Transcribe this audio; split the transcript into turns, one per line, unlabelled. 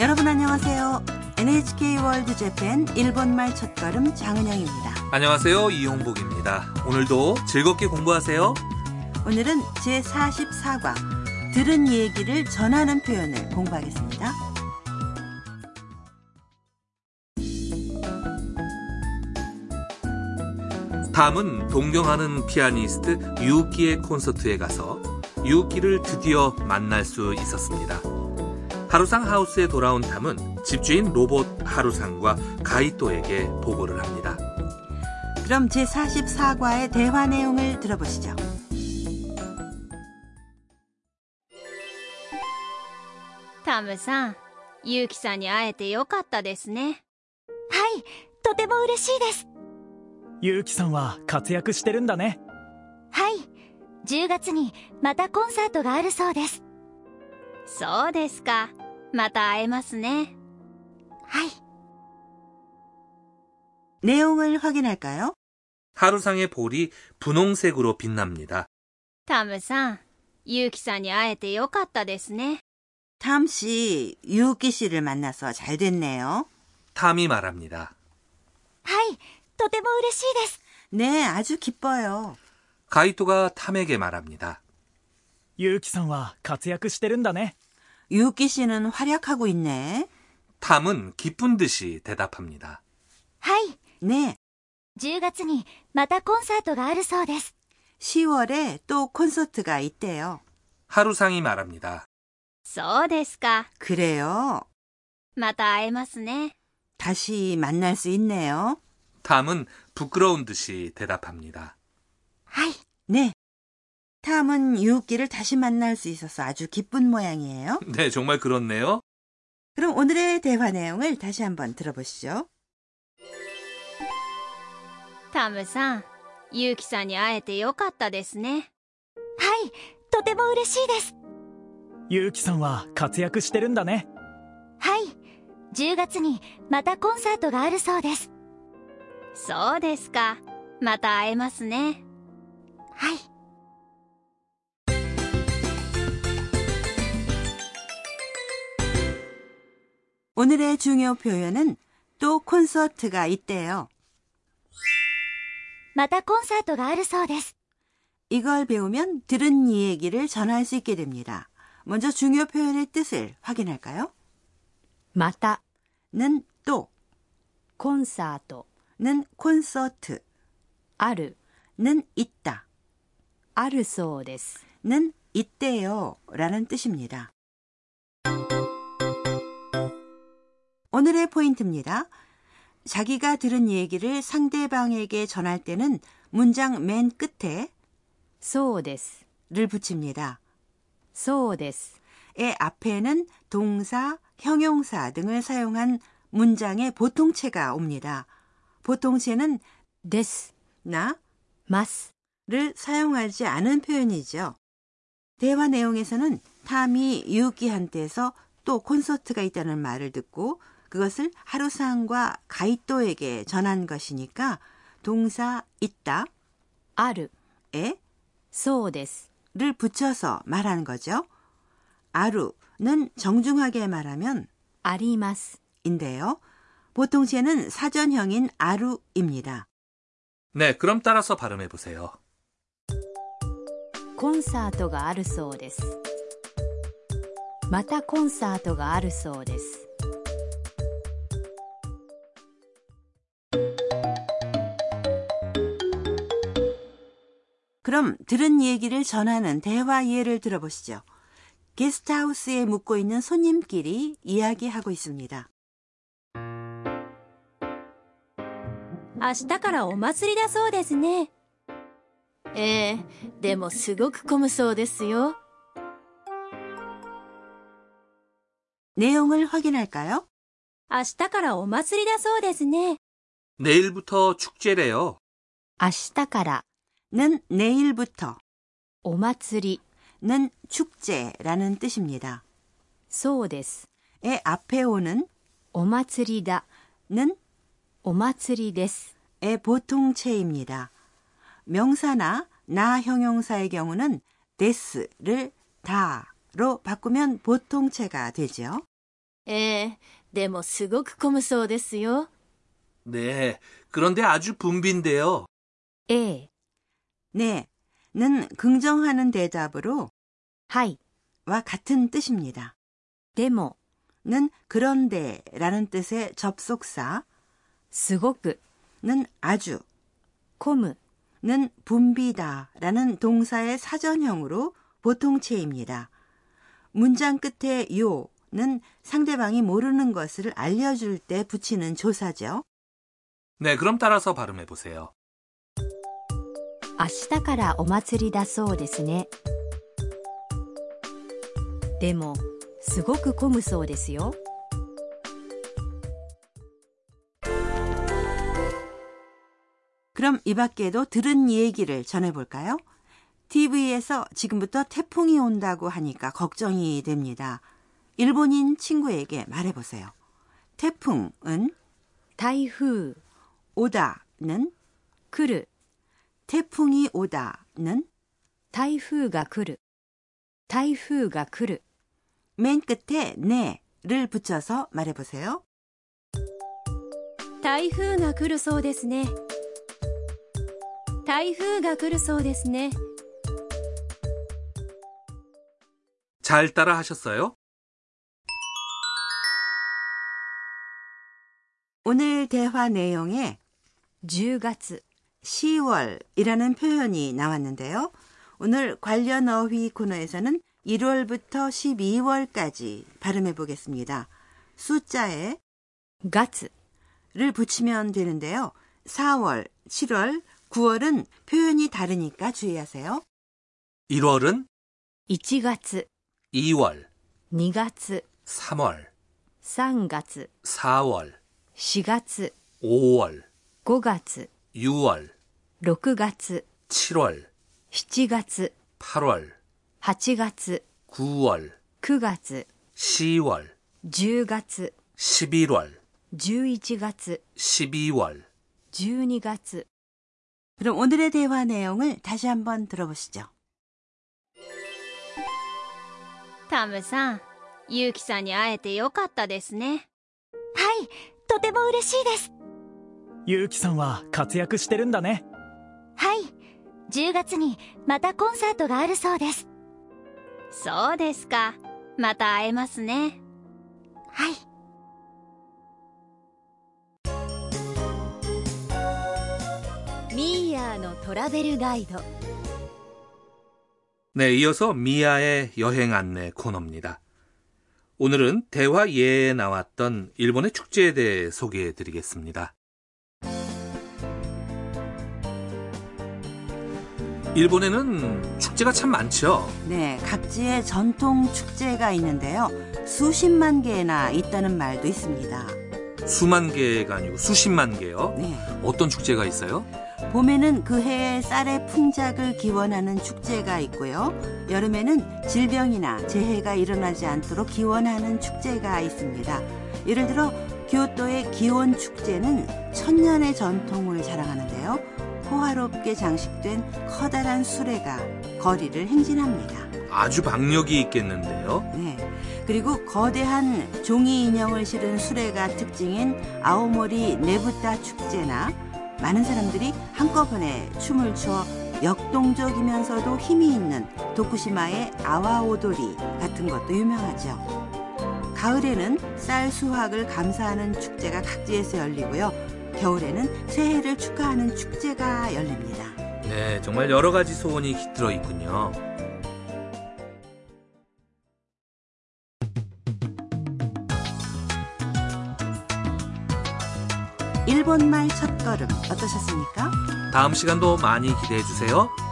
여러분 안녕하세요. NHK 월드 재팬 일본말 첫걸음 장은영입니다.
안녕하세요. 이용복입니다. 오늘도 즐겁게 공부하세요.
오늘은 제44과 들은 얘기를 전하는 표현을 공부하겠습니다.
다음은 동경하는 피아니스트 유우키의 콘서트에 가서 유우키를 드디어 만날 수 있었습니다. 하루상 하우스에 돌아온 탐은 집주인 로봇 하루상과 가이토에게 보고를 합니다.
그럼 제44과의 대화 내용을 들어보시죠.
タムさん、ユウキさんに会えてよかったですね。
はい、とても嬉しいです。
ゆうきさんは活躍してるんだね。
はい、10月にまたコンサートがあるそうです。
そうですか。また会えますね。
はい、
내용을 확인할까요?
하루상의 볼이 분홍색으로 빛납니다.
タムさん、ユウキさんに会えてよかったですね。
탐 씨, 유우키 씨를 만나서 잘 됐네요.
탐이 말합니다.
はい、とても嬉しいです。
네, 아주 기뻐요.
가이토가 탐에게 말합니다.
ゆうきさんは活躍してるんだね。
유우키 씨는 활약하고 있네.
탐은 기쁜 듯이 대답합니다.
はい、
네,
10月にまたコンサートがあるそうです。
10월에 또 콘서트가 있대요.
하루상이 말합니다.
そうですか。
그래요.
また会えますね。
다시 만날 수 있네요.
탐은 부끄러운 듯이 대답합니다.
はい、
네. 탐은 유우키를 다시 만날 수 있어서 아주 기쁜 모양이에요.
네, 정말 그렇네요.
그럼 오늘의 대화 내용을 다시 한번 들어보시죠.
タムさん、ユウキさんに会えてよかったですね。
はい、とても嬉しいです。
ゆうきさんは活躍してるんだね。
はい、10月にまたコンサートがあるそうです。
そうですか。また会えますね。
はい、
오늘의 중요 표현은 또 콘서트가 있대요.
またコンサートがあるそうです。
이걸 배우면 들은 이 얘기를 전할 수 있게 됩니다. 먼저 중요 표현의 뜻을 확인할까요?
また
는 또,
コンサート
는 콘서트,
ある
는 있다,
あるそうです
는 있대요 라는 뜻입니다. 오늘의 포인트입니다. 자기가 들은 얘기를 상대방에게 전할 때는 문장 맨 끝에
そうです
를 붙입니다.
そうです
의 앞에는 동사, 형용사 등을 사용한 문장의 보통체가 옵니다. 보통체는
です
나,
ます
를 사용하지 않은 표현이죠. 대화 내용에서는 탐이 유우키한테서 또 콘서트가 있다는 말을 듣고 그것을 하루상과 가이토에게 전한 것이니까 동사 있다
ある
에
そうです
를 붙여서 말한 거죠. 아루는 정중하게 말하면
あります
인데요. 보통체는 사전형인 아루입니다.
네, 그럼 따라서 발음해 보세요.
コンサートがあるそうですまたコンサートがあるそうです
그럼들은얘기를전하는대화예를들어보시죠 게스트하우스에 묵고 있는 손님끼리 이야기하고 있습니다.
明日からお祭りだそうですね。
ええ、でもすごく混むそうですよ。
내용을 확인할까요?
明日からお祭りだそうですね。
내일부터 축제래요.
明日から
는 내일부터,
お祭り
는 축제라는 뜻입니다.
そうです
에 앞에 오는,
お祭りだ
는,
お祭りです
의 보통체입니다. 명사나 나 형용사의 경우는 데스를 다로 바꾸면 보통체가 되죠.
ええでもすごく混むそうですよ。
네. 그런데 아주 붐빈데요.
A、
네, 는 긍정하는 대답으로
はい、
와 같은 뜻입니다.
でも、
는 그런데 라는 뜻의 접속사,
すごく、
는 아주,
混む、
는 붐비다 라는 동사의 사전형으로 보통체입니다. 문장 끝에 요는 상대방이 모르는 것을 알려줄 때 붙이는 조사죠.
네, 그럼 따라서 발음해 보세요.
明日からお祭りだそうですね。でも、すごく混むそうですよ。
그럼이 밖에도 들은 얘기를 전해볼까요? TV에서 지금부터 태풍이 온다고 하니까 걱정이 됩니다. 일본인 친구에게 말해보세요. 태풍은
台風、
오다는
来る、
태풍이 오다는
台風が来る、台風が来る、
맨 끝에 네를 붙여서 말해보세요.
台風が来るそうですね台風が来るそうですね
잘 따라 하셨어요?
오늘 대화 내용에
10月、
10월이라는 표현이 나왔는데요. 오늘 관련 어휘 코너에서는 1월부터 12월까지 발음해 보겠습니다. 숫자에
月、
를 붙이면 되는데요. 4월, 7월, 9월은 표현이 다르니까 주의하세요.
1월은
1月、
2월,
2月、
3월,
3月、
4월,
4月、
5월,
5月、
6월,
6月、
7월,
7月、
8월,
8月、
9월,
9月、
10월,
10月、
11월,
11月、
12월.
12月。
그럼 오늘의 대화 내용을 다시 한번 들어보시죠.
タムさんユウキさんに会えてよかったですね
はい、とても嬉しいです。
ゆうきさんは活躍してるんだね。
はい、10月にまたコンサートがあるそうです。
そうですかまた会えますね
はい。ミーヤーのトラベルガイド。
네, 이어서 미아의 여행 안내 코너입니다. 오늘은 대화 예에 나왔던 일본의 축제에 대해 소개해 드리겠습니다. 일본에는 축제가 참 많죠.
네, 각지의 전통 축제가 있는데요. 수십만 개나 있다는 말도 있습니다.
수만 개가 아니고 수십만 개요.
네.
어떤 축제가 있어요?
봄에는 그 해의 쌀의 풍작을 기원하는 축제가 있고요. 여름에는 질병이나 재해가 일어나지 않도록 기원하는 축제가 있습니다. 예를 들어 교토의 기원 축제는 천년의 전통을 자랑하는데요. 호화롭게 장식된 커다란 수레가 거리를 행진합니다.
아주 박력이 있겠는데요.
네. 그리고 거대한 종이 인형을 실은 수레가 특징인 아오모리 네부타 축제나 많은 사람들이 한꺼번에 춤을 추어 역동적이면서도 힘이 있는 도쿠시마의 아와오도리 같은 것도 유명하죠. 가을에는 쌀 수확을 감사하는 축제가 각지에서 열리고요. 겨울에는 새해를 축하하는 축제가 열립니다.
네, 정말 여러 가지 소원이 깃들어 있군요.
일본말 첫걸음 어떠셨습니까?
다음 시간도 많이 기대해 주세요.